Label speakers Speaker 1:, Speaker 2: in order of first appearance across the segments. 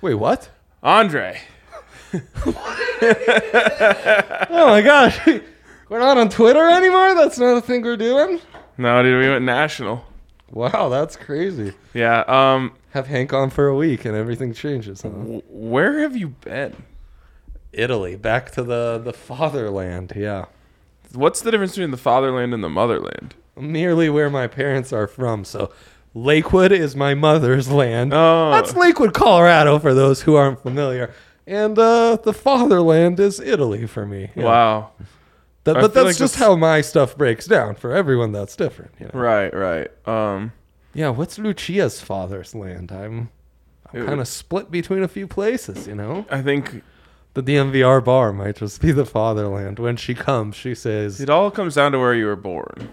Speaker 1: Wait, what?
Speaker 2: Andre.
Speaker 1: Oh my gosh. We're not on Twitter anymore? That's not a thing we're doing?
Speaker 2: No, dude, we went national.
Speaker 1: Wow, that's crazy.
Speaker 2: Yeah. Um,
Speaker 1: Have Hank on for a week and everything changes, huh?
Speaker 2: w- where have you been?
Speaker 1: Italy, back to the, the fatherland, yeah.
Speaker 2: What's the difference between the fatherland and the motherland?
Speaker 1: Merely where my parents are from, so Lakewood is my mother's land.
Speaker 2: Oh.
Speaker 1: That's Lakewood, Colorado, for those who aren't familiar. And uh, the fatherland is Italy for me. yeah.
Speaker 2: Wow.
Speaker 1: That-
Speaker 2: I
Speaker 1: but
Speaker 2: feel
Speaker 1: that's
Speaker 2: like
Speaker 1: just
Speaker 2: that's-
Speaker 1: how my stuff breaks down. For everyone, that's different. You know?
Speaker 2: Right. Right. Um,
Speaker 1: Yeah, what's Lucia's father's land? I'm, I'm
Speaker 2: It
Speaker 1: kind
Speaker 2: would-
Speaker 1: of split between a few places, you know?
Speaker 2: I think
Speaker 1: The DMVR bar might just be the fatherland. When she comes, she says,
Speaker 2: it all comes down to where you were born.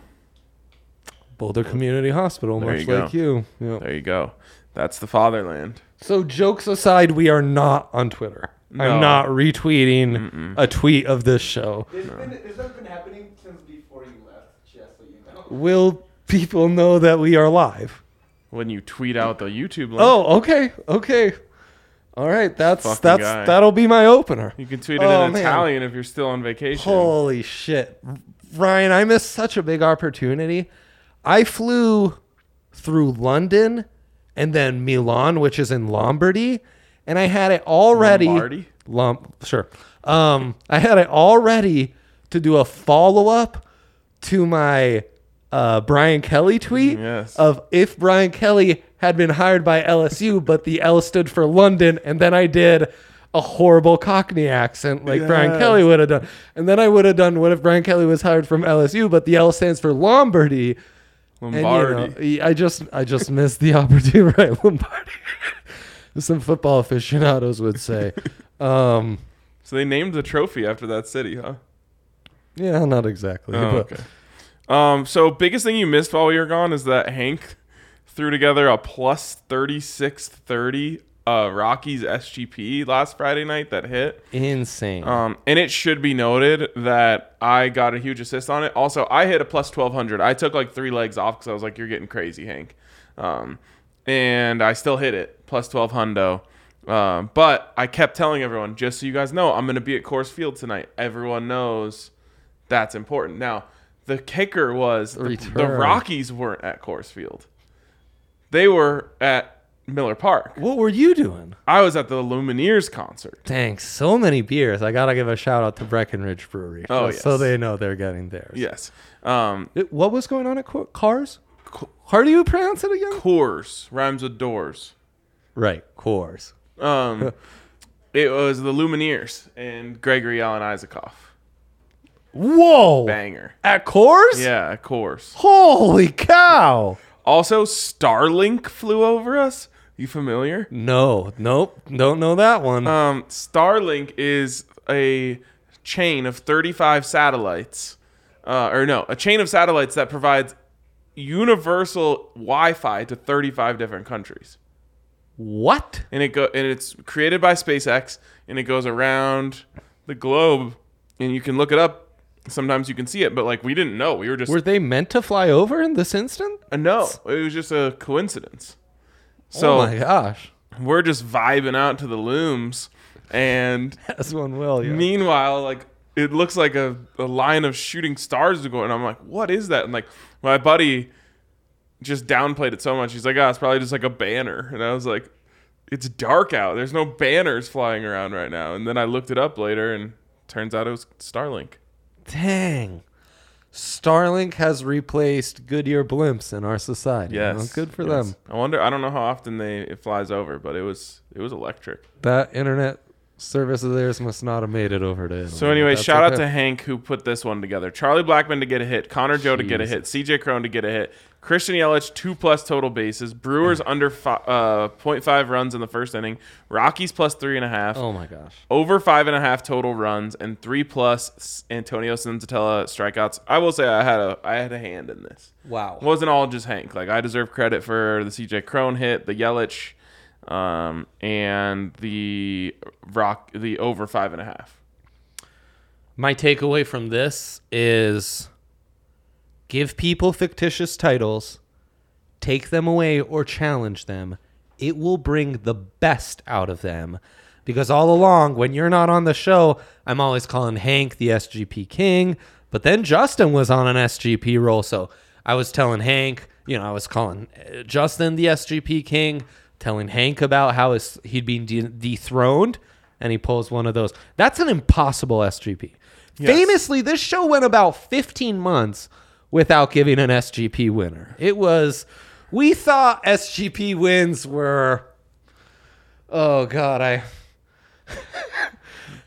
Speaker 1: Boulder Community Hospital,
Speaker 2: There
Speaker 1: much
Speaker 2: you
Speaker 1: like
Speaker 2: go.
Speaker 1: you. Yeah.
Speaker 2: There you go. That's the fatherland.
Speaker 1: So, jokes aside, we are not on Twitter.
Speaker 2: No.
Speaker 1: I'm not retweeting a tweet of this show.
Speaker 3: It's been this has been happening since before you left, just so you know.
Speaker 1: Will people know that we are live?
Speaker 2: When you tweet out the YouTube link,
Speaker 1: Oh, okay, okay. All right, that's
Speaker 2: Fucking
Speaker 1: that's
Speaker 2: guy.
Speaker 1: that'll be my opener.
Speaker 2: you can tweet it
Speaker 1: Oh,
Speaker 2: in
Speaker 1: man.
Speaker 2: Italian if you're still on vacation.
Speaker 1: Holy shit. Ryan, I missed such a big opportunity. I flew through London and then Milan, which is in Lombardy, and I had it already
Speaker 2: Lombardy?
Speaker 1: Lom- sure. Um, I had it already to do a follow-up to my uh, Brian Kelly tweet
Speaker 2: Yes.
Speaker 1: of if Brian Kelly had been hired by LSU, but the L stood for London, and then I did a horrible Cockney accent like Brian
Speaker 2: Yes.
Speaker 1: Kelly would have done. And then I would have done what if Brian Kelly was hired from LSU, but the L stands for Lombardy. And, you
Speaker 2: Lombardi.
Speaker 1: know, I just I just missed the opportunity, right? Lombardi. Some football aficionados would say. um,
Speaker 2: so they named the trophy after that city, huh?
Speaker 1: yeah, not exactly.
Speaker 2: Oh,
Speaker 1: but
Speaker 2: okay. Um, so biggest thing you missed while we were gone is that Hank threw together a plus thirty six thirty uh Rockies SGP last Friday night that hit.
Speaker 1: Insane.
Speaker 2: Um, and it should be noted that I got a huge assist on it. Also, I hit a plus twelve hundred. I took like three legs off because I was like, "You're getting crazy, Hank," um, and I still hit it plus twelve hundo. Um, but I kept telling everyone, just so you guys know, I'm going to be at Coors Field tonight. Everyone knows that's important. Now, the kicker was the, the
Speaker 1: Return.
Speaker 2: Rockies weren't at Coors Field; they were at Miller Park.
Speaker 1: What were you doing?
Speaker 2: I was at the Lumineers concert.
Speaker 1: Dang, so many beers. I gotta give a shout out to Breckenridge Brewery.
Speaker 2: Oh,
Speaker 1: just so
Speaker 2: yes.
Speaker 1: they know they're getting theirs.
Speaker 2: Yes. Um,
Speaker 1: It- what was going on at Qu- Cars? How do you pronounce it again?
Speaker 2: Coors rhymes with doors.
Speaker 1: Right, Coors.
Speaker 2: Um, it was the Lumineers and Gregory Allen Isaacoff.
Speaker 1: Whoa!
Speaker 2: Banger.
Speaker 1: At Coors?
Speaker 2: Yeah, Coors.
Speaker 1: Holy cow!
Speaker 2: Also, Starlink flew over us. You familiar?
Speaker 1: No, nope, don't know that one.
Speaker 2: Um, Starlink is a chain of 35 satellites, uh, or no, a chain of satellites that provides universal Wi-Fi to 35 different countries.
Speaker 1: what?
Speaker 2: and it go and it's created by SpaceX and it goes around the globe and you can look it up. Sometimes you can see it, but like we didn't know. We were just
Speaker 1: Were they meant to fly over in this instant?
Speaker 2: uh, no. It was just a coincidence. So
Speaker 1: oh my gosh.
Speaker 2: we're just vibing out to the looms, and
Speaker 1: As one will, yeah.
Speaker 2: meanwhile, like it looks like a, a line of shooting stars to go. And I'm like, what is that? And like my buddy just downplayed it so much. He's like, ah, it's probably just like a banner. And I was like, it's dark out. There's no banners flying around right now. And then I looked it up later, and turns out it was Starlink.
Speaker 1: Dang. Starlink has replaced Goodyear blimps in our society.
Speaker 2: Yes,
Speaker 1: Well, good for
Speaker 2: yes.
Speaker 1: them.
Speaker 2: I wonder. I don't know how often they it flies over, but it was it was electric.
Speaker 1: That internet service of theirs must not have made it over to Italy.
Speaker 2: So anyway,
Speaker 1: That's
Speaker 2: shout out
Speaker 1: okay.
Speaker 2: to Hank who put this one together. Charlie Blackman to get a hit, Connor Joe to get a hit, CJ Crone to get a hit, Christian Yelich two plus total bases, Brewers under fi- uh, 0.5 runs in the first inning, Rockies plus three and a half,
Speaker 1: Oh my gosh.
Speaker 2: over five and a half total runs, and three plus S- Antonio Sensatella strikeouts. I will say I had a I had a hand in this.
Speaker 1: Wow.
Speaker 2: It wasn't all just Hank. Like I deserve credit for the CJ Crone hit, the Yelich, um, and the rock the over five and a half.
Speaker 1: My takeaway from this is give people fictitious titles, take them away or challenge them. It will bring the best out of them. Because all along, when you're not on the show, I'm always calling Hank the SGP king. But then Justin was on an SGP roll. So I was telling Hank, you know, I was calling uh, Justin the SGP king, telling Hank about how his, he'd been de- dethroned. And he pulls one of those. That's an impossible SGP. Famously, this show went about 15 months without giving an SGP winner. It was, we thought SGP wins were, oh God, I,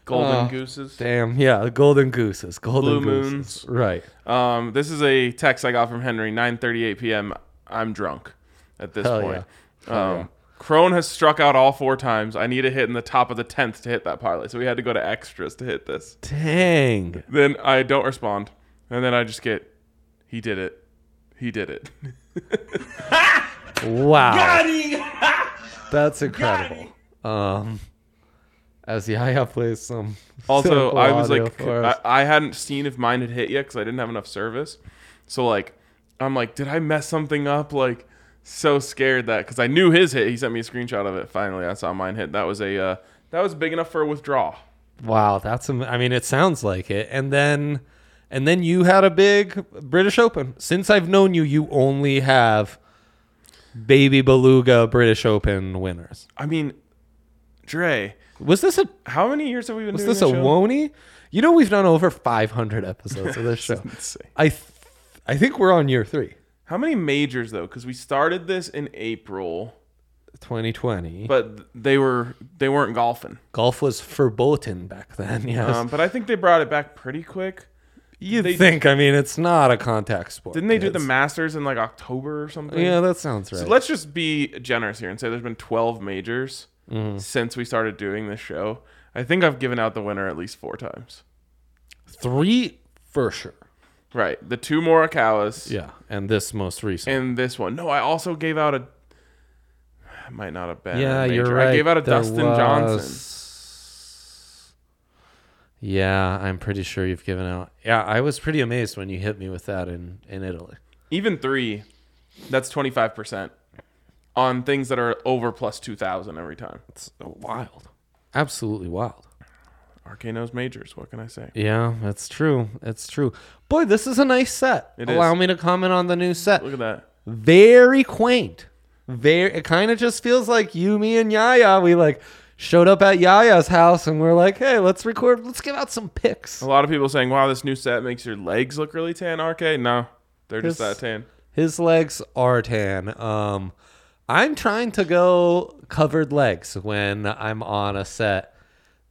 Speaker 2: Golden Gooses.
Speaker 1: Uh, damn, yeah, the golden gooses, golden
Speaker 2: Blue
Speaker 1: gooses.
Speaker 2: moons.
Speaker 1: Right.
Speaker 2: Um, this is a text I got from Henry, 9:38 p.m. I'm drunk at this
Speaker 1: Hell
Speaker 2: point. Um, Crone has struck out all four times. I need a hit in the top of the tenth to hit that parlay, so we had to go to extras to hit this.
Speaker 1: Dang.
Speaker 2: Then I don't respond, and then I just get, he did it, he did it.
Speaker 1: Wow. That's incredible. Um, as Yaya plays some.
Speaker 2: Also,
Speaker 1: simple
Speaker 2: I was
Speaker 1: audio
Speaker 2: like,
Speaker 1: for us.
Speaker 2: I, I hadn't seen if mine had hit yet because I didn't have enough service. So like, I'm like, did I mess something up? Like, so scared that because I knew his hit. He sent me a screenshot of it. Finally, I saw mine hit. That was a uh, that was big enough for a withdrawal.
Speaker 1: Wow, that's am- I mean it sounds like it. And then and then you had a big British Open. Since I've known you, you only have baby beluga British Open winners.
Speaker 2: I mean, Dre,
Speaker 1: Was this a
Speaker 2: how many years have we been
Speaker 1: was
Speaker 2: doing
Speaker 1: this a
Speaker 2: show?
Speaker 1: woney? You know we've done over 500 episodes of this show.
Speaker 2: insane.
Speaker 1: I th- I think we're on year 3,
Speaker 2: How many majors though? Because we started this in April,
Speaker 1: 2020.
Speaker 2: but th- they were they weren't golfing.
Speaker 1: Golf was verboten back then. Yes.
Speaker 2: Um, but I think they brought it back pretty quick.
Speaker 1: you
Speaker 2: they-
Speaker 1: think I mean it's not a contact sport.
Speaker 2: Didn't they do the
Speaker 1: kids.
Speaker 2: Masters in like October or something?
Speaker 1: Yeah, that sounds right.
Speaker 2: So let's just be generous here and say there's been 12 majors
Speaker 1: Mm-hmm.
Speaker 2: since we started doing this show. I think I've given out the winner at least four times.
Speaker 1: 3 for sure.
Speaker 2: Right. The two Morikawas
Speaker 1: Yeah, and this most recent
Speaker 2: and this one. No, I also gave out a. I might not have been. a
Speaker 1: Yeah, you're
Speaker 2: major.
Speaker 1: right.
Speaker 2: I gave out a
Speaker 1: There
Speaker 2: Dustin Johnson.
Speaker 1: was- Yeah, I'm pretty sure you've given out. Yeah, I was pretty amazed when you hit me with that in in Italy.
Speaker 2: Even three, that's 25% on things that are over plus 2,000 every time.
Speaker 1: It's wild, absolutely wild.
Speaker 2: Arcano's majors. What can I say?
Speaker 1: Yeah, that's true. That's true. Boy, this is a nice set.
Speaker 2: It
Speaker 1: Allow
Speaker 2: is.
Speaker 1: me to comment on the new set.
Speaker 2: Look at that.
Speaker 1: Very quaint. Very, it kind of just feels like you, me, and Yaya. We like showed up at Yaya's house and we're like, hey, let's record. Let's give out some pics.
Speaker 2: A lot of people saying, "Wow, this new set makes your legs look really tan." RK, no, they're just
Speaker 1: This-
Speaker 2: that tan.
Speaker 1: His legs are tan. Um, I'm trying to go covered legs when I'm on a set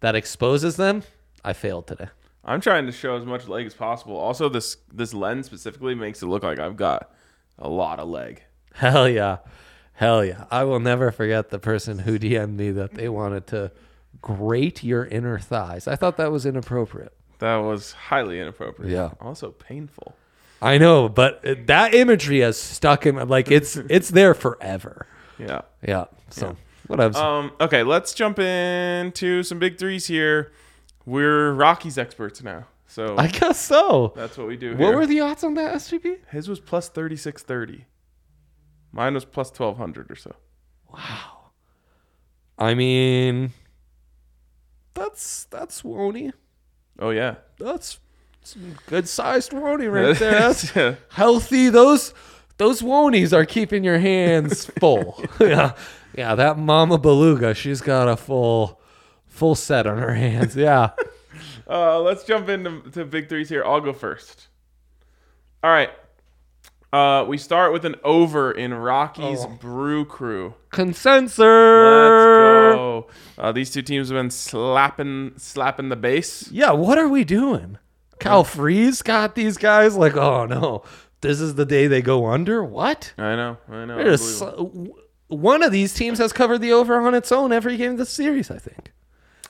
Speaker 1: that exposes them. I failed today.
Speaker 2: I'm trying to show as much leg as possible. Also, this this lens specifically makes it look like I've got a lot of leg.
Speaker 1: Hell yeah. Hell yeah. I will never forget the person who DM'd me that they wanted to grate your inner thighs. I thought that was inappropriate.
Speaker 2: That was highly inappropriate.
Speaker 1: Yeah.
Speaker 2: Also painful.
Speaker 1: I know, but that imagery has stuck in my like it's it's there forever.
Speaker 2: Yeah.
Speaker 1: Yeah. So what else?
Speaker 2: Um. Okay. Let's jump into some big threes here. We're Rockies experts now, so
Speaker 1: I guess so.
Speaker 2: that's what we do.
Speaker 1: What
Speaker 2: here.
Speaker 1: were the odds on that SGP?
Speaker 2: His was plus thirty six thirty. Mine was plus twelve hundred or so.
Speaker 1: I mean that's that's Wony.
Speaker 2: Oh yeah.
Speaker 1: That's some good sized Wony right there. That's
Speaker 2: Yeah.
Speaker 1: healthy. Those those wonies are keeping your hands full. yeah, yeah. That mama beluga, she's got a full full set on her hands. Yeah.
Speaker 2: Uh, let's jump into to big threes here. I'll go first. All right. Uh, we start with an over in Rockies
Speaker 1: Oh.
Speaker 2: Brew Crew.
Speaker 1: Consensor.
Speaker 2: Let's go. Uh, these two teams have been slapping slapping the base.
Speaker 1: Yeah. What are we doing? Cal Freeze got these guys like, oh no, this is the day they go under. What?
Speaker 2: I know. I know.
Speaker 1: They're just-
Speaker 2: Unbelievable.
Speaker 1: one of these teams has covered the over on its own every game of the series, I think.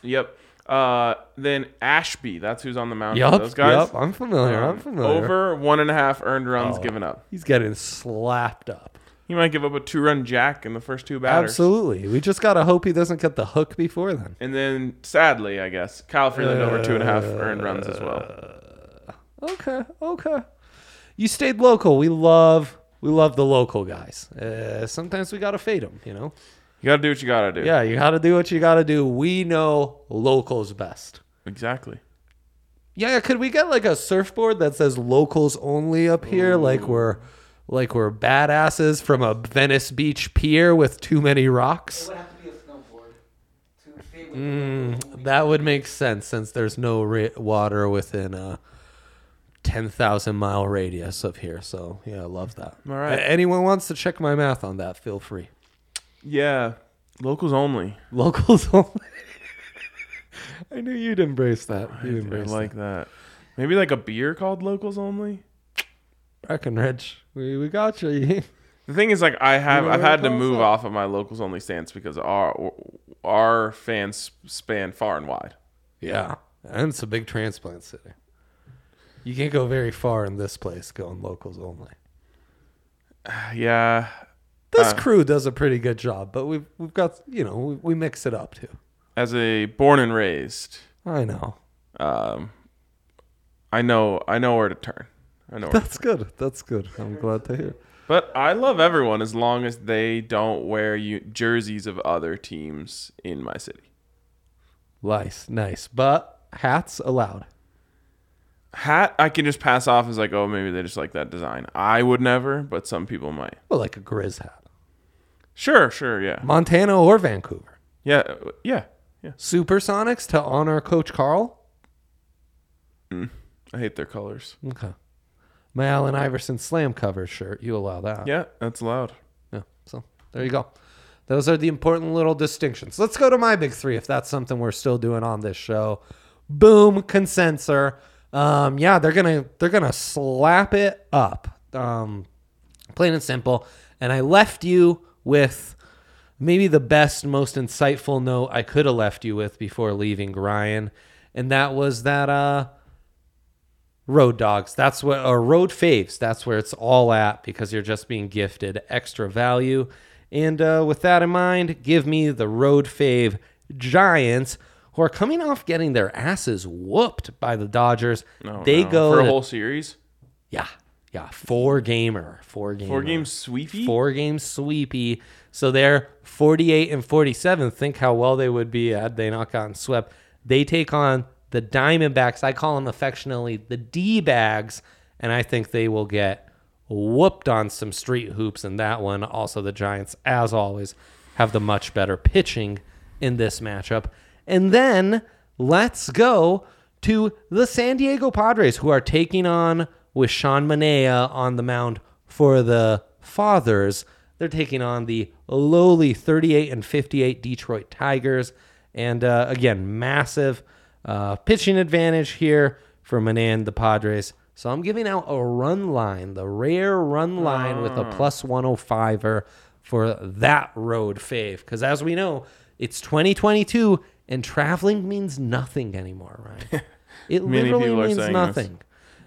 Speaker 2: Yep. Uh, then Ashby. That's who's on the mound.
Speaker 1: Yup.
Speaker 2: Those guys.
Speaker 1: Yup. I'm familiar. I'm
Speaker 2: Um,
Speaker 1: familiar. Oh.
Speaker 2: Over one and a half earned runs given up.
Speaker 1: He's getting slapped up.
Speaker 2: He might give up a two run jack in the first two batters.
Speaker 1: Absolutely. We just gotta hope he doesn't get the hook before then.
Speaker 2: And then, sadly, I guess, Kyle Freeland over two and a half earned runs as well.
Speaker 1: Okay. Okay. You stayed local. We love we love the local guys. Uh, sometimes we gotta fade them. You know.
Speaker 2: You got to do what you got to do.
Speaker 1: Yeah. You gotta do what you gotta do. We know locals best.
Speaker 2: Exactly.
Speaker 1: Yeah. Could we get like a surfboard that says locals only up here? Like we're like we're badasses from a Venice Beach pier with too many rocks. Mm,
Speaker 3: would have to be a snowboard. To stay with
Speaker 1: That would make sense since there's no ra- water within a 10,000 mile radius of here. So, yeah, I love that.
Speaker 2: All right.
Speaker 1: A- anyone wants to check my math on that, feel free.
Speaker 2: Yeah. Locals only.
Speaker 1: Locals only. I knew you'd embrace that. You'd
Speaker 2: I
Speaker 1: embrace
Speaker 2: like that. Maybe like a beer called Locals Only.
Speaker 1: that. Breckenridge, we, we got you.
Speaker 2: The thing is, like, I have I've had to
Speaker 1: Locals
Speaker 2: move
Speaker 1: Only.
Speaker 2: off of my Locals Only stance because our our fans span far and wide.
Speaker 1: yeah. And it's a big transplant city. You can't go very far in this place going locals only.
Speaker 2: Yeah.
Speaker 1: This crew does a pretty good job, but we've, we've got, you know, we, we mix it up too.
Speaker 2: As a born and raised,
Speaker 1: I know.
Speaker 2: um, I know I know where to turn. I know. Where to
Speaker 1: That's good. That's good. I'm glad to hear.
Speaker 2: But I love everyone as long as they don't wear u- jerseys of other teams in my city.
Speaker 1: Nice, nice. But hats allowed.
Speaker 2: Hat, I can just pass off as like, oh, maybe they just like that design. I would never, but some people might.
Speaker 1: Well, like a Grizz hat.
Speaker 2: Sure, sure, yeah.
Speaker 1: Montana or Vancouver.
Speaker 2: Yeah, uh, yeah, yeah.
Speaker 1: Supersonics to honor Coach Carl.
Speaker 2: I hate their colors.
Speaker 1: Okay. My Allen Iverson slam cover shirt. You allow that.
Speaker 2: Yeah, that's loud.
Speaker 1: Yeah. So there you go. Those are the important little distinctions. Let's go to my big three if that's something we're still doing on this show. Boom, consensor. Um, yeah, they're gonna they're gonna slap it up. Um, plain and simple. And I left you with maybe the best, most insightful note I could have left you with before leaving Ryan, and that was that uh road dogs that's what or road faves that's where it's all at because you're just being gifted extra value and uh, with that in mind give me the road fave giants who are coming off getting their asses whooped by the dodgers
Speaker 2: No,
Speaker 1: they
Speaker 2: Oh, no.
Speaker 1: go
Speaker 2: for a
Speaker 1: to-
Speaker 2: whole series,
Speaker 1: yeah yeah four gamer four gamer
Speaker 2: four game sweepy.
Speaker 1: four game sweepy. So they're 48 and 47. Think how well they would be had they not gotten swept. They take on the Diamondbacks. I call them affectionately the D bags, and I think they will get whooped on some street hoops in that one. Also, the Giants, as always, have the much better pitching in this matchup. And then let's go to the San Diego Padres, who are taking on with Sean Manea on the mound for the Fathers. They're taking on the lowly 38 and 58 Detroit Tigers. And uh, again, massive uh, pitching advantage here for Manan and the Padres. So I'm giving out a run line, the rare run line with
Speaker 2: Mm.
Speaker 1: a plus 105er for that road fave. Because as we know, it's 2022 and traveling means nothing anymore, Ryan. It
Speaker 2: Many
Speaker 1: literally
Speaker 2: people are
Speaker 1: means
Speaker 2: saying this.
Speaker 1: nothing.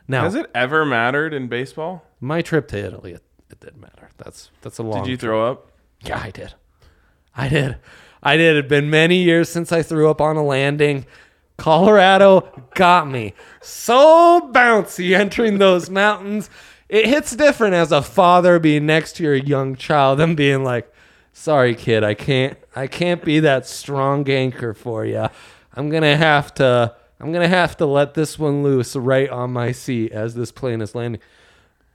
Speaker 1: Now,
Speaker 2: Has it ever mattered in baseball?
Speaker 1: my trip to Italy, it, it did matter. That's that's a long.
Speaker 2: Did you throw up?
Speaker 1: Yeah, I did. I did. I did. It'd been many years since I threw up on a landing. Colorado got me. So bouncy entering those mountains. It hits different as a father being next to your young child and being like, "Sorry, kid, I can't. I can't be that strong anchor for you. I'm gonna have to. I'm gonna have to let this one loose right on my seat as this plane is landing."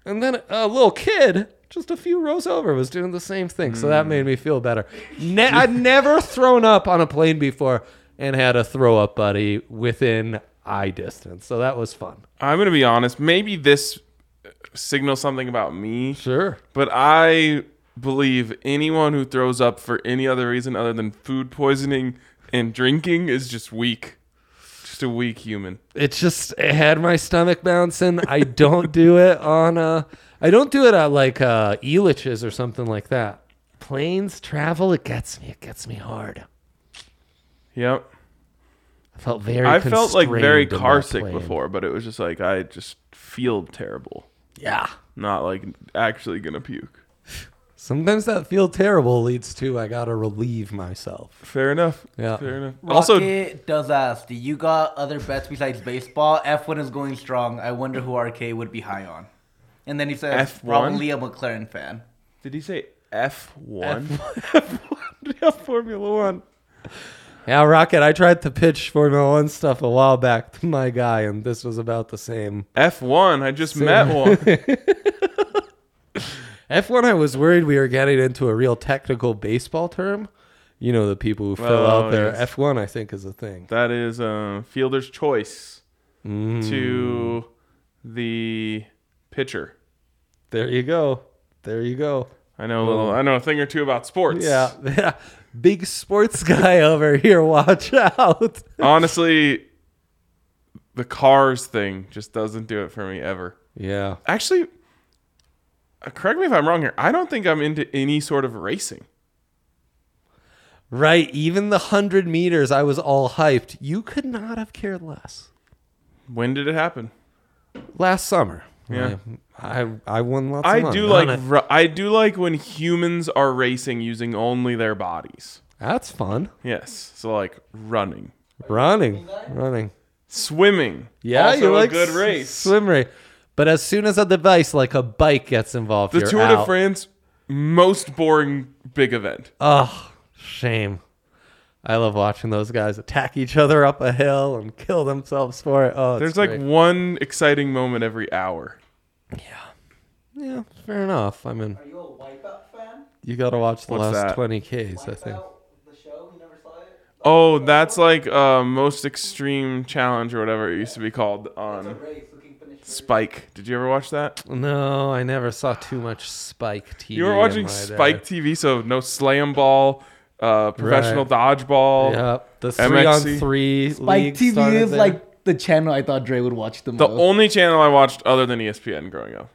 Speaker 1: And then a little kid just a few rows over was doing the same thing. So
Speaker 2: Hmm.
Speaker 1: that made me feel better. Ne- I'd never thrown up on a plane before and had a throw up buddy within eye distance. So that was fun.
Speaker 2: I'm gonna be honest. Maybe this uh, signals something about me,
Speaker 1: Sure.
Speaker 2: but I believe anyone who throws up for any other reason other than food poisoning and drinking is just weak. Just a weak human.
Speaker 1: It just it had my stomach bouncing. I don't do it on uh I don't do it at like uh Elitch's or something like that. Planes travel, it gets me. It gets me hard.
Speaker 2: Yep.
Speaker 1: I felt very
Speaker 2: I felt like
Speaker 1: constrained
Speaker 2: very
Speaker 1: in that
Speaker 2: car sick
Speaker 1: plane.
Speaker 2: before, but it was just like I just feel terrible.
Speaker 1: Yeah.
Speaker 2: Not like actually gonna puke.
Speaker 1: Sometimes that feel terrible leads to I gotta relieve myself.
Speaker 2: Fair enough.
Speaker 1: Yeah.
Speaker 2: Fair enough.
Speaker 4: Also,
Speaker 2: Also,
Speaker 4: Rocket does ask, do you got other bets besides baseball? F1 is going strong. I wonder who RK would be high on. And then he says,
Speaker 2: F1?
Speaker 4: probably a McLaren fan.
Speaker 2: did he say F one?
Speaker 1: Formula One. Yeah, Rocket, I tried to pitch Formula One stuff a while back to my guy, and this was about the same.
Speaker 2: F one. I just met one.
Speaker 1: F1, I was worried we were getting into a real technical baseball term. You know, the people who fill
Speaker 2: Oh,
Speaker 1: out their
Speaker 2: yes.
Speaker 1: F1, I think, is a thing.
Speaker 2: That is uh, fielder's choice
Speaker 1: Mm.
Speaker 2: to the pitcher.
Speaker 1: There you go. There you go.
Speaker 2: I know a little. I know a thing or two about sports.
Speaker 1: Yeah. yeah. Big sports guy over here. Watch out.
Speaker 2: Honestly, the cars thing just doesn't do it for me ever.
Speaker 1: Yeah.
Speaker 2: Actually, uh, correct me if I'm wrong here. I don't think I'm into any sort of racing.
Speaker 1: Right. Even the 100 meters, I was all hyped. You could not have cared less.
Speaker 2: When did it happen?
Speaker 1: last summer.
Speaker 2: Yeah.
Speaker 1: I I, I won lots. of
Speaker 2: I
Speaker 1: money
Speaker 2: do
Speaker 1: on
Speaker 2: like
Speaker 1: it.
Speaker 2: ru- I do like when humans are racing using only their bodies.
Speaker 1: that's fun.
Speaker 2: Yes, so like running,
Speaker 1: Running, running.
Speaker 2: swimming.
Speaker 1: Yeah,
Speaker 2: also
Speaker 1: you
Speaker 2: a
Speaker 1: like
Speaker 2: good
Speaker 1: s-
Speaker 2: race.
Speaker 1: swim race. But as soon as a device like a bike gets involved,
Speaker 2: the
Speaker 1: you're
Speaker 2: Tour de
Speaker 1: out.
Speaker 2: France, most boring big event.
Speaker 1: Oh, shame. I love watching those guys attack each other up a hill and kill themselves for it. Oh, it's
Speaker 2: There's like
Speaker 1: great.
Speaker 2: one exciting moment every hour.
Speaker 1: yeah, fair enough. I mean,
Speaker 3: Are you a Wipeout fan?
Speaker 1: you got to watch the
Speaker 2: What's
Speaker 1: last
Speaker 2: that?
Speaker 1: twenty k's. I think.
Speaker 3: Wipeout, the show, you never saw it?
Speaker 2: Oh, that's like uh, most extreme challenge or whatever it used to be called
Speaker 3: The
Speaker 2: on
Speaker 3: race, who can finish first.
Speaker 2: Spike. Did you ever watch that?
Speaker 1: No, I never saw too much Spike TV.
Speaker 2: You were
Speaker 1: in
Speaker 2: watching
Speaker 1: my
Speaker 2: Spike
Speaker 1: day.
Speaker 2: TV, so no slam ball, uh, professional dodgeball.
Speaker 1: Yep, the three
Speaker 2: MXC.
Speaker 1: on three.
Speaker 4: Like
Speaker 1: league
Speaker 4: TV
Speaker 1: started
Speaker 4: is
Speaker 1: there.
Speaker 4: like the channel I thought Dre would watch the,
Speaker 2: The
Speaker 4: most.
Speaker 2: only channel I watched other than E ESPN growing up.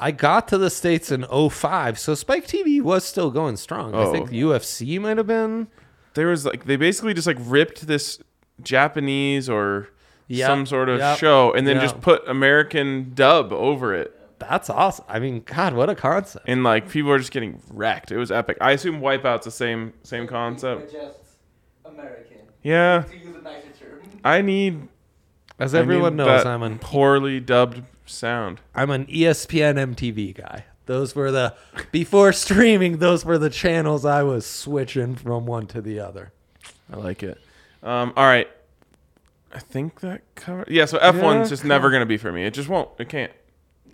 Speaker 1: I got to the states in 05, so Spike TV was still going strong. I
Speaker 2: Oh.
Speaker 1: think UFC might have been.
Speaker 2: There was like they basically just like ripped this Japanese or
Speaker 1: Yep,
Speaker 2: some sort of
Speaker 1: yep,
Speaker 2: show and then
Speaker 1: yeah.
Speaker 2: just put American dub over it.
Speaker 1: That's awesome. I mean, God, what a concept!
Speaker 2: and like people are just getting wrecked. It was epic. I assume Wipeout's the same same
Speaker 3: We're
Speaker 2: concept.
Speaker 3: just American.
Speaker 2: Yeah,
Speaker 3: To use a nicer term.
Speaker 2: I need
Speaker 1: As
Speaker 2: I
Speaker 1: everyone
Speaker 2: need
Speaker 1: knows,
Speaker 2: that
Speaker 1: I'm an
Speaker 2: poorly dubbed sound.
Speaker 1: I'm an E ESPN MTV guy. Those were the before streaming. Those were the channels I was switching from one to the other.
Speaker 2: I like it. Um, all right, I think that covers. Yeah, so F one's
Speaker 1: Yeah,
Speaker 2: just never gonna be for me. It just won't. It can't.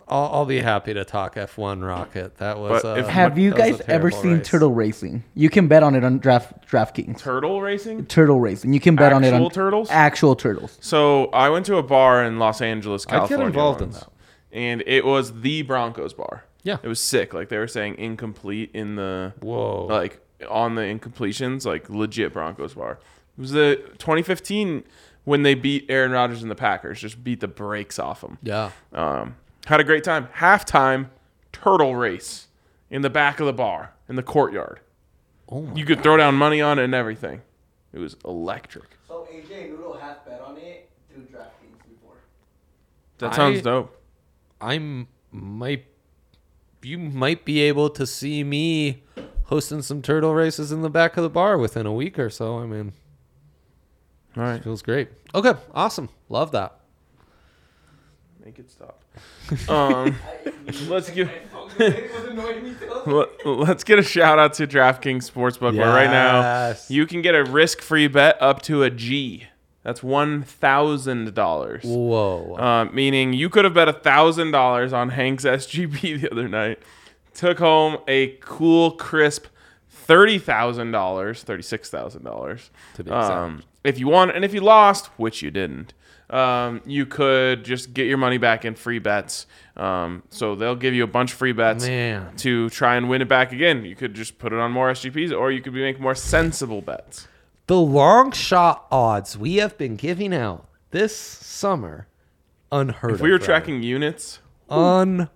Speaker 1: I'll, I'll be happy to talk F1 Rocket. That was.
Speaker 2: But if-
Speaker 1: uh,
Speaker 2: Have
Speaker 5: Have you
Speaker 1: that was a
Speaker 5: guys ever
Speaker 1: terrible
Speaker 5: seen
Speaker 1: race.
Speaker 5: turtle racing? You can bet on it on Draft DraftKings.
Speaker 2: Turtle racing?
Speaker 5: Turtle racing. You can bet on it on
Speaker 2: Actual turtles?
Speaker 5: Actual turtles.
Speaker 2: So I went to a bar in Los Angeles,
Speaker 1: I'd get
Speaker 2: California.
Speaker 1: involved in
Speaker 2: once,
Speaker 1: that.
Speaker 2: And it was the Broncos bar.
Speaker 1: Yeah.
Speaker 2: It was sick. Like they were saying incomplete in the
Speaker 1: Whoa.
Speaker 2: Like on the incompletions, like legit Broncos bar. It was the 2015 when they beat Aaron Rodgers and the Packers, just beat the brakes off them.
Speaker 1: Yeah.
Speaker 2: Um, had a great time. Halftime turtle race in the back of the bar in the courtyard.
Speaker 1: Oh
Speaker 2: you could throw down money on it and everything. It was electric.
Speaker 3: So AJ and Noodle have bet on it through DraftKings before.
Speaker 2: That
Speaker 1: I-
Speaker 2: sounds dope.
Speaker 1: I'm might. You might be able to see me hosting some turtle races in the back of the bar within a week or so. I mean,
Speaker 2: All right,
Speaker 1: feels great. Okay, awesome. Love that.
Speaker 2: make it stop. Um, let's give.
Speaker 3: it was annoying me too.
Speaker 2: Let- Let's get a shout out to DraftKings Sportsbook, where right now
Speaker 1: Yes.
Speaker 2: you can get a risk free bet up to a G. That's $1,000.
Speaker 1: Whoa.
Speaker 2: Uh, meaning you could have bet $1,000 on Hank's SGP the other night, took home a cool, crisp $30,000, $36,000.
Speaker 1: To be
Speaker 2: Um, if you won, and if you lost, which you didn't, um, you could just get your money back in free bets. Um, so they'll give you a bunch of free bets
Speaker 1: Man.
Speaker 2: to try and win it back again. You could just put it on more SGPs, or you could be making more sensible bets.
Speaker 1: The long shot odds we have been giving out this summer, unheard of.
Speaker 2: If we were
Speaker 1: Ryan.
Speaker 2: tracking units,
Speaker 1: unheard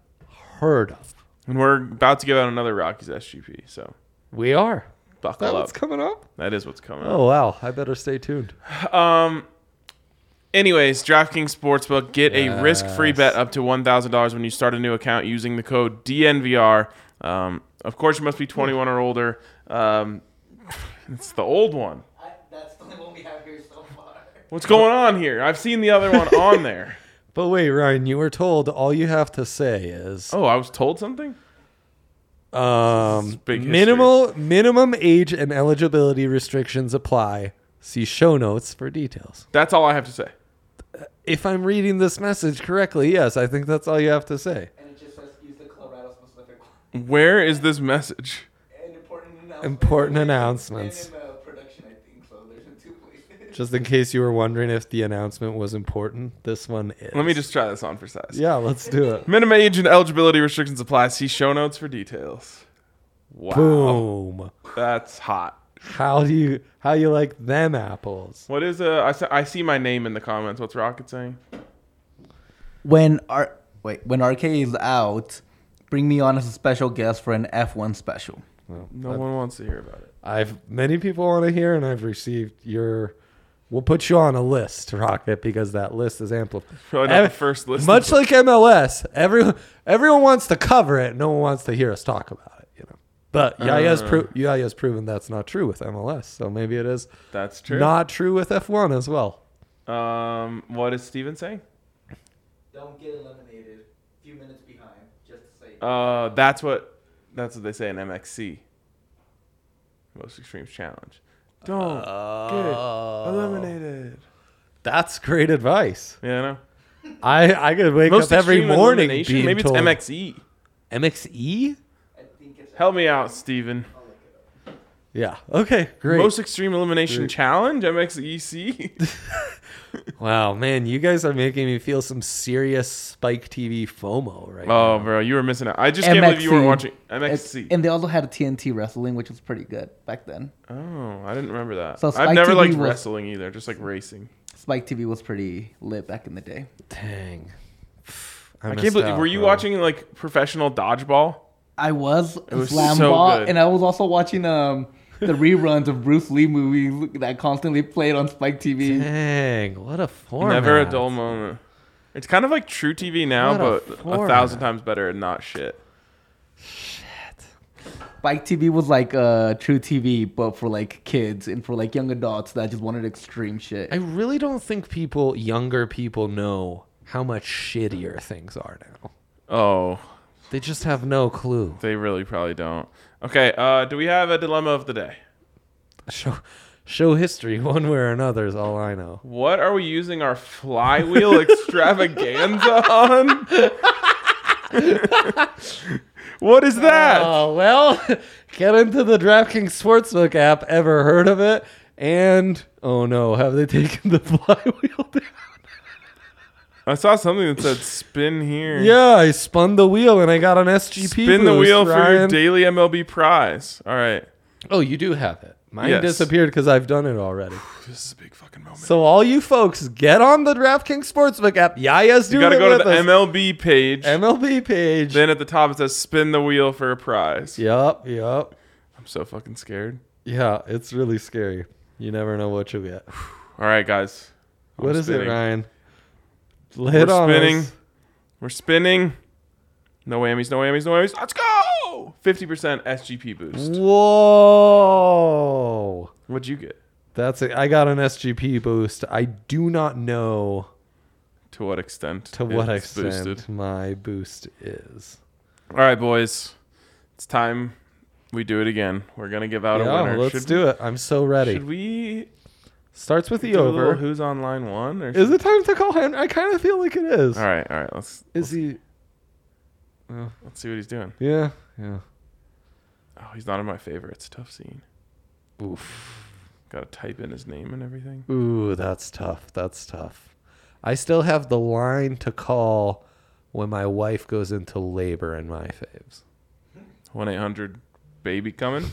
Speaker 1: of.
Speaker 2: and we're about to give out another Rockies SGP, so
Speaker 1: We are.
Speaker 2: buckle
Speaker 1: That
Speaker 2: up.
Speaker 1: what's coming up?
Speaker 2: That is what's coming. up.
Speaker 1: Oh wow! I better stay tuned.
Speaker 2: Anyways, DraftKings Sportsbook get a risk-free
Speaker 1: Yes.
Speaker 2: bet up to one thousand dollars when you start a new account using the code DNVR. Um, of course, you must be twenty-one or older. Um, it's the old one.
Speaker 3: I, that's the only one we have here so far.
Speaker 2: What's going on here? I've seen the other one on there.
Speaker 1: But wait, Ryan, you were told all you have to say is
Speaker 2: Oh, I was told something.
Speaker 1: um,
Speaker 2: big history.
Speaker 1: minimal minimum age and eligibility restrictions apply. See show notes for details.
Speaker 2: That's all I have to say.
Speaker 1: If I'm reading this message correctly, yes, I think that's all you have to say.
Speaker 3: And it just says use the Colorado specific one.
Speaker 2: Where is this message?
Speaker 3: An important announcement.
Speaker 1: Important
Speaker 3: And
Speaker 1: announcements.
Speaker 3: in uh, production, I think. So there's in two places.
Speaker 1: Just in case you were wondering if the announcement was important, this one is.
Speaker 2: Let me just try this on for size.
Speaker 1: Yeah, let's do it.
Speaker 2: Minimum age and eligibility restrictions apply. See show notes for details. Wow.
Speaker 1: Boom.
Speaker 2: That's hot.
Speaker 1: How do you how you like them apples?
Speaker 2: What is uh I se- I see my name in the comments. What's Rocket saying?
Speaker 5: When
Speaker 4: R- wait, when RK is out, bring me on as a special guest for an F1 special.
Speaker 2: No one wants to hear about it.
Speaker 1: I've many people want to hear, and I've received your. We'll put you on a list, Rocket, because that list is amplified.
Speaker 2: Probably not the first list.
Speaker 1: Much like MLS, everyone everyone wants to cover it. No one wants to hear us talk about it. You know,
Speaker 2: Uh.
Speaker 1: but Yaya's pro- Yaya's proven that's not true with MLS. So maybe it is
Speaker 2: That's true.
Speaker 1: not true with F1 as well.
Speaker 2: um, what is Steven saying?
Speaker 3: Don't get eliminated. Few minutes behind. Just to say.
Speaker 2: Uh, that's what that's what they say in MXC. Most Extreme Challenge. Don't
Speaker 1: Oh.
Speaker 2: get eliminated.
Speaker 1: That's great advice.
Speaker 2: Yeah, I know.
Speaker 1: I I could wake
Speaker 2: Most
Speaker 1: up every
Speaker 2: Extreme
Speaker 1: morning.
Speaker 2: Elimination?
Speaker 1: being
Speaker 2: Maybe
Speaker 1: told-
Speaker 2: it's MXE. E?
Speaker 1: MXE.
Speaker 3: I think it's.
Speaker 2: Help me out, Steven.
Speaker 1: Yeah. Okay. Great.
Speaker 2: Most Extreme Elimination Challenge, E MXEC.
Speaker 1: Wow, man, you guys are making me feel some serious Spike TV FOMO right now.
Speaker 2: oh, bro, you were missing out. I just can't believe you weren't watching E. MXC.
Speaker 5: And they also had TNT wrestling, which was pretty good back then.
Speaker 2: oh, I didn't remember that.
Speaker 5: So
Speaker 2: I've
Speaker 5: Spike
Speaker 2: never
Speaker 5: TV
Speaker 2: liked
Speaker 5: was-
Speaker 2: wrestling either, just like racing.
Speaker 5: Spike TV was pretty lit back in the day.
Speaker 1: Dang.
Speaker 2: I, can't
Speaker 1: missed
Speaker 2: believe.
Speaker 1: out,
Speaker 2: were you
Speaker 1: bro.
Speaker 2: watching like professional dodgeball?
Speaker 5: I was,
Speaker 2: was
Speaker 5: slam
Speaker 2: so
Speaker 5: ball,
Speaker 2: good.
Speaker 5: and I was also watching um the reruns of Bruce Lee movies that constantly played on Spike TV.
Speaker 1: Dang, what a format.
Speaker 2: Never a dull moment. It's kind of like True TV now,
Speaker 1: What a
Speaker 2: but a,
Speaker 1: format.
Speaker 2: thousand times better and not shit.
Speaker 5: Spike TV was like uh True TV, but for like kids and for like young adults that just wanted extreme shit.
Speaker 1: I
Speaker 3: Oh,
Speaker 1: really don't think people, younger people, know how much shittier things are now.
Speaker 2: Oh,
Speaker 1: They just have no clue.
Speaker 2: they really probably don't. Okay, uh, do we have a dilemma of the day?
Speaker 1: Show, show history, one way or another, is all I know.
Speaker 2: What are we using our flywheel extravaganza on? What is that?
Speaker 1: Oh, well, get into the DraftKings Sportsbook app. Ever heard of it? And, oh no, have they taken the flywheel down?
Speaker 2: I saw something that said spin here.
Speaker 1: Yeah, I spun the wheel and I got an SGP.
Speaker 2: Spin the
Speaker 1: boost,
Speaker 2: wheel for your
Speaker 1: Ryan.
Speaker 2: daily MLB prize. All right.
Speaker 1: Oh, you do have it. Mine
Speaker 2: Yes.
Speaker 1: disappeared because I've done it already.
Speaker 2: This is a big fucking moment.
Speaker 1: So all you folks, get on the DraftKings Sportsbook app. Yaya's
Speaker 2: you
Speaker 1: doing
Speaker 2: got to
Speaker 1: it
Speaker 2: go to
Speaker 1: with
Speaker 2: the
Speaker 1: us.
Speaker 2: MLB page.
Speaker 1: MLB page.
Speaker 2: then at the top it says spin the wheel for a prize.
Speaker 1: Yup, yup.
Speaker 2: I'm so fucking scared.
Speaker 1: Yeah, it's really scary. You never know what you'll get.
Speaker 2: All right, guys. I'm
Speaker 1: What is
Speaker 2: spinning.
Speaker 1: it, Ryan? Lay it
Speaker 2: We're
Speaker 1: on us.
Speaker 2: spinning. We're spinning. No whammies, no whammies, no whammies. Let's go! 50% SGP boost.
Speaker 1: Whoa.
Speaker 2: What'd you get?
Speaker 1: That's it. I got an SGP boost. I do not know
Speaker 2: To what extent?
Speaker 1: to what
Speaker 2: it's
Speaker 1: extent my boost is.
Speaker 2: All right, boys. It's time we do it again. We're going to give out a
Speaker 1: Yeah,
Speaker 2: winner.
Speaker 1: let's
Speaker 2: Should-
Speaker 1: do it. I'm so ready.
Speaker 2: Should we
Speaker 1: Starts with the
Speaker 2: do a little
Speaker 1: over.
Speaker 2: who's on line one? Or
Speaker 1: Is it time to call Henry? I kind of feel like it is.
Speaker 2: All right, all right. Let's
Speaker 1: Is he?
Speaker 2: let's see what he's doing.
Speaker 1: Yeah, yeah.
Speaker 2: Oh, he's not in my favor. It's a tough scene.
Speaker 1: Oof.
Speaker 2: Got to type in his name and everything.
Speaker 1: Ooh, that's tough. That's tough. I still have the line to call when my wife goes into labor in my faves.
Speaker 2: One eight hundred baby coming.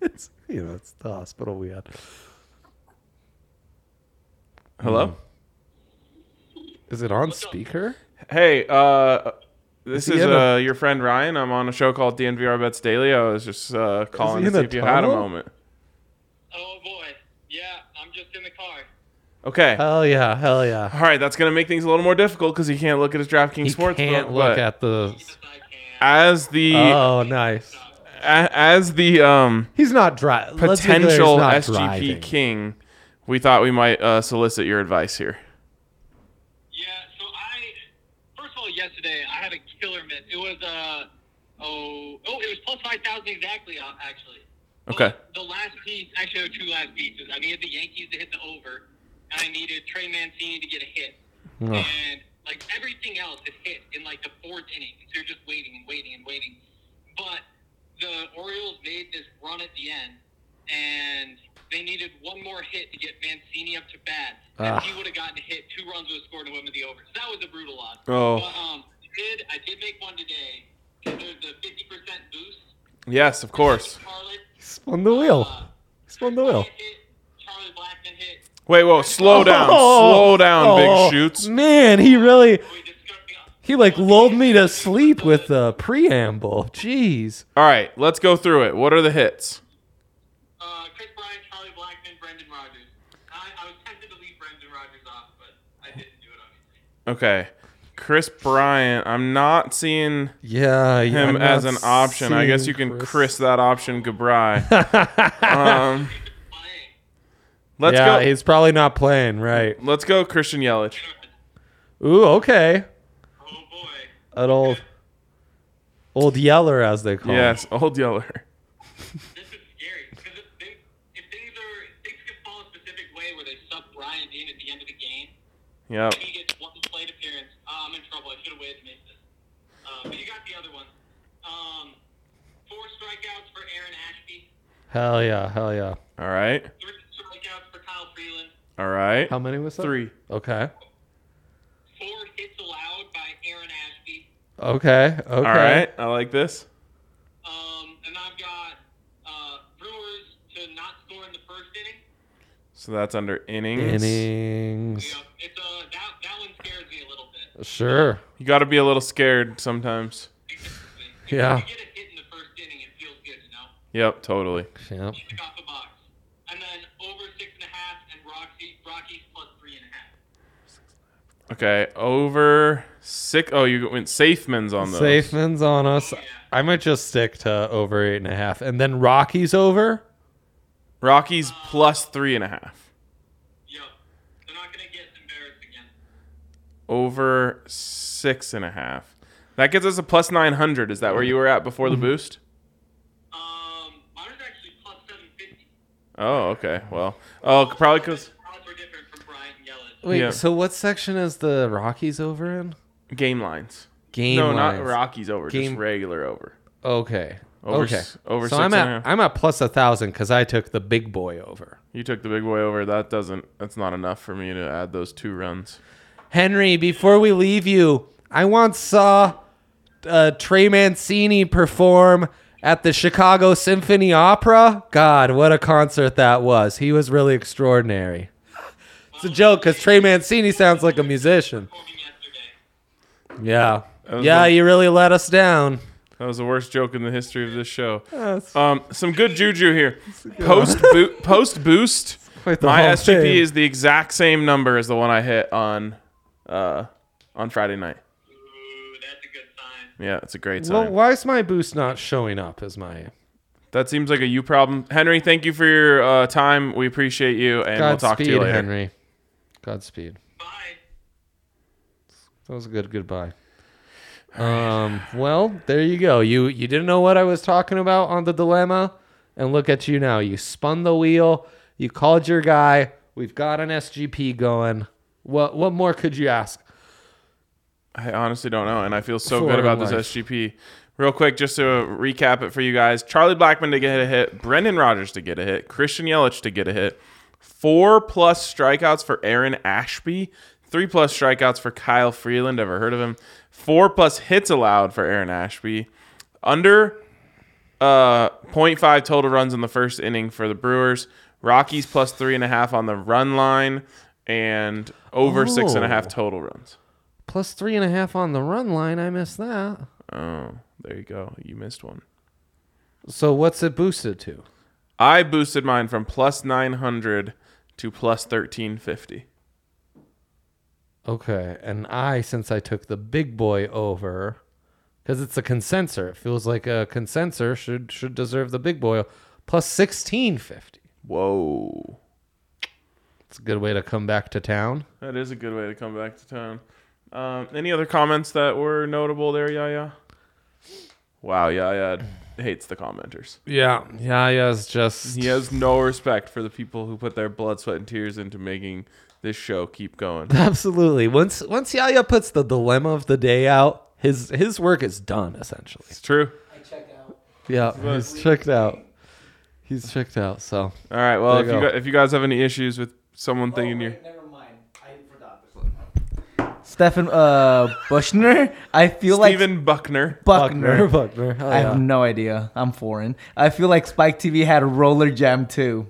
Speaker 1: It's you know, it's the hospital we had. Mm-hmm.
Speaker 2: Hello.
Speaker 1: Is it on speaker?
Speaker 2: Hey, uh,
Speaker 1: Is
Speaker 2: this
Speaker 1: he
Speaker 2: is
Speaker 1: in
Speaker 2: uh, your friend Ryan. I'm on a show called DNVR Bets Daily. I was just uh, calling
Speaker 1: he
Speaker 2: to
Speaker 1: in
Speaker 2: see
Speaker 1: a
Speaker 2: if you had a
Speaker 1: tunnel?
Speaker 2: moment.
Speaker 6: Oh boy. Yeah, I'm just in the car.
Speaker 2: Okay.
Speaker 1: Hell yeah, hell yeah.
Speaker 2: All right, that's gonna make things a little more difficult because he can't look at his DraftKings
Speaker 1: He
Speaker 2: sports
Speaker 1: can't
Speaker 2: book.
Speaker 1: look
Speaker 2: but
Speaker 1: at the.
Speaker 6: Yes, I can.
Speaker 2: as the
Speaker 1: Oh, nice.
Speaker 2: a, as the um
Speaker 1: He's not dry. let's be clear, he's
Speaker 2: potential
Speaker 1: not
Speaker 2: SGP
Speaker 1: driving.
Speaker 2: king, we thought we might uh, solicit your advice here.
Speaker 6: Yeah, so I first of all yesterday I had a killer miss. It was uh oh oh it was plus five thousand exactly uh, actually. But
Speaker 2: Okay.
Speaker 6: The last piece actually there were two last pieces. I needed the Yankees to hit the over and I needed Trey Mancini to get a hit. And like everything else is hit in like the fourth inning. So you're just waiting and waiting and waiting. But the Orioles made this run at the end and they needed one more hit to get Mancini up to bat. And
Speaker 1: Ah.
Speaker 6: he would have gotten hit. Two runs would have scored to win with the over. So that was a brutal loss.
Speaker 2: Oh.
Speaker 6: But, um, I did I did make one today. And There's a fifty percent boost.
Speaker 2: Yes, of course.
Speaker 6: Charlotte.
Speaker 1: Spun the wheel.
Speaker 6: Uh,
Speaker 1: Spun the wheel.
Speaker 6: hit. Charlie Blackman hit.
Speaker 2: Wait, whoa, slow down,
Speaker 1: Oh,
Speaker 2: slow down,
Speaker 1: oh,
Speaker 2: big shoots.
Speaker 1: Man, he really
Speaker 6: We discussed.
Speaker 1: he like lulled me to sleep with the preamble. Jeez.
Speaker 2: All right, let's go through it. What are the hits?
Speaker 6: Uh, Chris Bryant, Charlie Blackman, Brendan Rodgers. I, I was tempted to leave Brendan Rodgers off, but I didn't do it obviously.
Speaker 2: Okay, Chris Bryant. I'm not seeing
Speaker 1: Yeah, yeah,
Speaker 2: him
Speaker 1: I'm
Speaker 2: as
Speaker 1: not
Speaker 2: an option. I guess
Speaker 1: seeing
Speaker 2: you can Chris, that option, Gabri. um,
Speaker 6: Playing.
Speaker 2: let's
Speaker 1: yeah,
Speaker 2: go.
Speaker 1: he's probably not playing, right?
Speaker 2: Let's go, Christian Yelich.
Speaker 1: Ooh, okay.
Speaker 6: Oh boy.
Speaker 1: An old old yeller as they call him.
Speaker 2: Yes, old Yeller.
Speaker 6: This is scary because if, things- if things are things can fall a specific way where they sub Bryant in at the end of the game,
Speaker 2: Yep.
Speaker 6: if he gets one plate appearance, oh, I'm in trouble. I should have waited to make this. Uh, but you got the other one. Um, four strikeouts for Aaron Ashby.
Speaker 1: Hell yeah, hell yeah.
Speaker 2: All right.
Speaker 6: Three strikeouts for Kyle Freeland.
Speaker 2: All right.
Speaker 1: How many was that?
Speaker 2: Three.
Speaker 1: Okay.
Speaker 6: Four hits allowed by Aaron Ashby.
Speaker 1: Okay. Okay.
Speaker 2: All right. I like this.
Speaker 6: Um, and I've got uh, Brewers to not score in the first inning.
Speaker 2: So that's under innings.
Speaker 1: Innings.
Speaker 6: You know, it's uh, that that one scares me a little bit.
Speaker 1: Sure.
Speaker 2: You got to be a little scared sometimes.
Speaker 6: If
Speaker 1: Yeah.
Speaker 6: You get a hit in the first inning, it feels good, you know.
Speaker 2: Yep, totally.
Speaker 1: Yeah.
Speaker 6: Pick off the box, and then over six and a half, and Roxy Rockies plus three and a half.
Speaker 2: Okay, over six oh you went Safeman's on those.
Speaker 1: Safeman's on us. I might just stick to over eight and a half, and then Rocky's over.
Speaker 2: Rockies plus three and a half.
Speaker 6: Yo, they're not gonna get embarrassed again.
Speaker 2: Over six and a half. That gets us a plus nine hundred. Is that where you were at before
Speaker 1: Mm-hmm.
Speaker 2: the boost?
Speaker 6: Um, mine is actually plus seven fifty.
Speaker 2: Oh, okay. Well, oh, probably because
Speaker 6: Odds were different from Bryant and Yelich.
Speaker 1: Wait,
Speaker 2: Yeah.
Speaker 1: so what section is the Rockies over in?
Speaker 2: Game lines.
Speaker 1: Game
Speaker 2: no, not
Speaker 1: lines.
Speaker 2: Rockies over.
Speaker 1: Game-
Speaker 2: Just regular over.
Speaker 1: Okay.
Speaker 2: Over
Speaker 1: okay.
Speaker 2: s- over
Speaker 1: so
Speaker 2: six
Speaker 1: I'm
Speaker 2: and
Speaker 1: at
Speaker 2: a half.
Speaker 1: I'm at plus a thousand because I took the big boy over.
Speaker 2: You took the big boy over. That doesn't. That's not enough for me to add those two runs.
Speaker 1: Henry, before we leave you, I once saw uh, Trey Mancini perform at the Chicago Symphony Opera. God, what a concert that was! He was really extraordinary. It's a joke because Trey Mancini sounds like a musician.
Speaker 6: Performing yesterday.
Speaker 1: Yeah,
Speaker 2: was
Speaker 1: yeah,
Speaker 2: a-
Speaker 1: you really let us down.
Speaker 2: That was the worst joke in the history of this show. Um, some good juju here. Post bo- post boost.
Speaker 1: Quite the
Speaker 2: My
Speaker 1: whole
Speaker 2: SGP
Speaker 1: thing.
Speaker 2: is the exact same number as the one I hit on uh, on Friday night.
Speaker 6: Ooh, that's a good sign.
Speaker 2: Yeah, it's a great sign.
Speaker 1: Well, why is my boost not showing up? Is my
Speaker 2: that seems like a you problem. Henry, thank you for your uh, time. We appreciate you, and we'll talk
Speaker 1: Godspeed,
Speaker 2: to you later.
Speaker 1: Henry? Godspeed.
Speaker 6: Bye.
Speaker 1: That was a good goodbye. Um, well, there you go. You you didn't know what I was talking about on the dilemma, and look at you now. You spun the wheel. You called your guy. We've got an SGP going. What what more could you ask?
Speaker 2: I honestly don't know, and I feel so
Speaker 1: For
Speaker 2: good about
Speaker 1: life.
Speaker 2: this SGP. Real quick, just to recap it for you guys: Charlie Blackman to get a hit, Brendan Rodgers to get a hit, Christian Yelich to get a hit, four plus strikeouts for Aaron Ashby, three plus strikeouts for Kyle Freeland. Ever heard of him? Four plus hits allowed for Aaron Ashby, under uh 0.5 total runs in the first inning for the Brewers. Rockies plus three and a half on the run line, and over six and a half total runs.
Speaker 1: Plus three and a half on the run line. I missed that.
Speaker 2: Oh, there you go. You missed one.
Speaker 1: So what's it boosted to?
Speaker 2: I boosted mine from plus 900 to plus 1350.
Speaker 1: Okay, and I since I took the big boy over, because it's a consensor. It feels like a consensor should should deserve the big boy plus sixteen fifty.
Speaker 2: Whoa.
Speaker 1: It's a good way to come back to town.
Speaker 2: That is a good way to come back to town. Um, any other comments that were notable there, Yaya? Wow, Yaya hates the commenters.
Speaker 1: Yeah, yeah, yeah. It's just
Speaker 2: He has no respect for the people who put their blood, sweat, and tears into making this show keep going.
Speaker 1: absolutely. Once once Yaya puts the dilemma of the day out, his his work is done essentially.
Speaker 2: It's true.
Speaker 3: I check out.
Speaker 1: Yeah, he's checked out. He's checked out. So
Speaker 2: All right. Well,
Speaker 1: There
Speaker 2: if
Speaker 1: you
Speaker 2: you,
Speaker 1: go.
Speaker 2: gu- if you guys have any issues with someone
Speaker 5: Oh,
Speaker 2: thinking you're.
Speaker 3: Wait, never mind. I forgot this one.
Speaker 4: Stefan uh, Bushner. I feel like
Speaker 2: Steven Buckner.
Speaker 4: Buckner.
Speaker 1: Buckner. Oh,
Speaker 4: I have no idea. I'm foreign. I feel like Spike TV had Roller Jam too.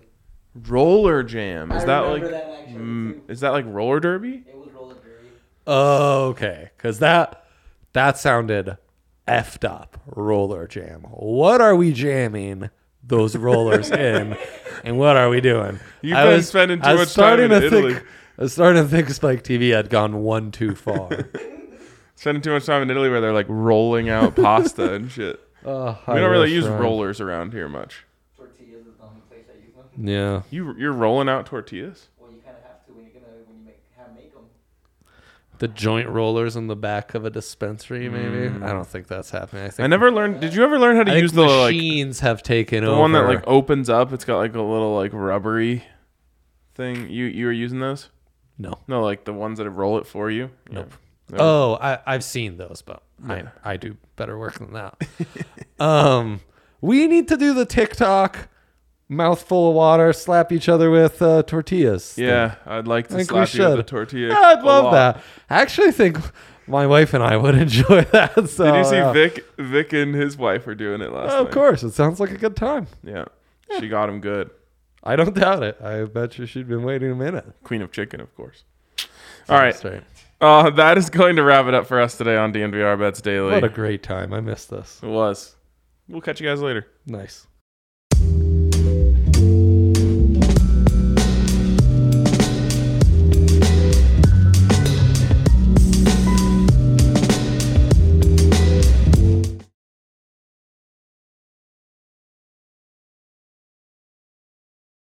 Speaker 2: Roller Jam. Is that like
Speaker 3: remember that actually,
Speaker 2: mm, is that like roller derby?
Speaker 3: It was roller derby.
Speaker 1: okay, because that that sounded effed up. Roller jam. What are we jamming those rollers in, and what are we doing?
Speaker 2: You've been spending too
Speaker 1: I was
Speaker 2: much time
Speaker 1: starting
Speaker 2: in
Speaker 1: to
Speaker 2: Italy.
Speaker 1: Think, I was starting to think Spike TV had gone one too far.
Speaker 2: Spending too much time in Italy where they're like rolling out pasta and shit.
Speaker 1: Oh,
Speaker 2: We
Speaker 1: I
Speaker 2: don't really
Speaker 1: wish,
Speaker 2: use
Speaker 1: Ryan.
Speaker 2: rollers around here much.
Speaker 3: Tortillas is the only place I use them.
Speaker 1: Yeah.
Speaker 2: You you're rolling out tortillas?
Speaker 3: Well, you kind of have to when you're gonna when you make have make them.
Speaker 1: The joint rollers in the back of a dispensary, maybe. I don't think that's happening. I think
Speaker 2: Mm. I never learned. Did you ever learn how
Speaker 1: I
Speaker 2: to
Speaker 1: think
Speaker 2: use the like the
Speaker 1: machines have taken over.
Speaker 2: one that like opens up? It's got like a little like rubbery thing. You you were using those?
Speaker 1: no.
Speaker 2: No, like the ones that roll it for you. Nope.
Speaker 1: Oh, I, I've seen those, but I, I do better work than that. um, we need to do the TikTok mouthful of water, slap each other with uh, tortillas. thing.
Speaker 2: Yeah, I'd like to
Speaker 1: I think
Speaker 2: slap
Speaker 1: we
Speaker 2: you with a
Speaker 1: should.
Speaker 2: tortilla.
Speaker 1: Yeah, I'd
Speaker 2: a
Speaker 1: love
Speaker 2: lot.
Speaker 1: that. I actually think my wife and I would enjoy that. So,
Speaker 2: Did you see
Speaker 1: Oh, yeah.
Speaker 2: Vic? Vic and his wife were doing it last night.
Speaker 1: Of course, it sounds like a good time.
Speaker 2: Yeah, she got him good.
Speaker 1: I don't doubt it. I bet you she'd been waiting a minute.
Speaker 2: Queen of Chicken, of course. All right.
Speaker 1: Sorry.
Speaker 2: Uh, that is going to wrap it up for us today on DNVR Bets Daily.
Speaker 1: What a great time. I missed this.
Speaker 2: it was. We'll catch you guys later.
Speaker 1: Nice.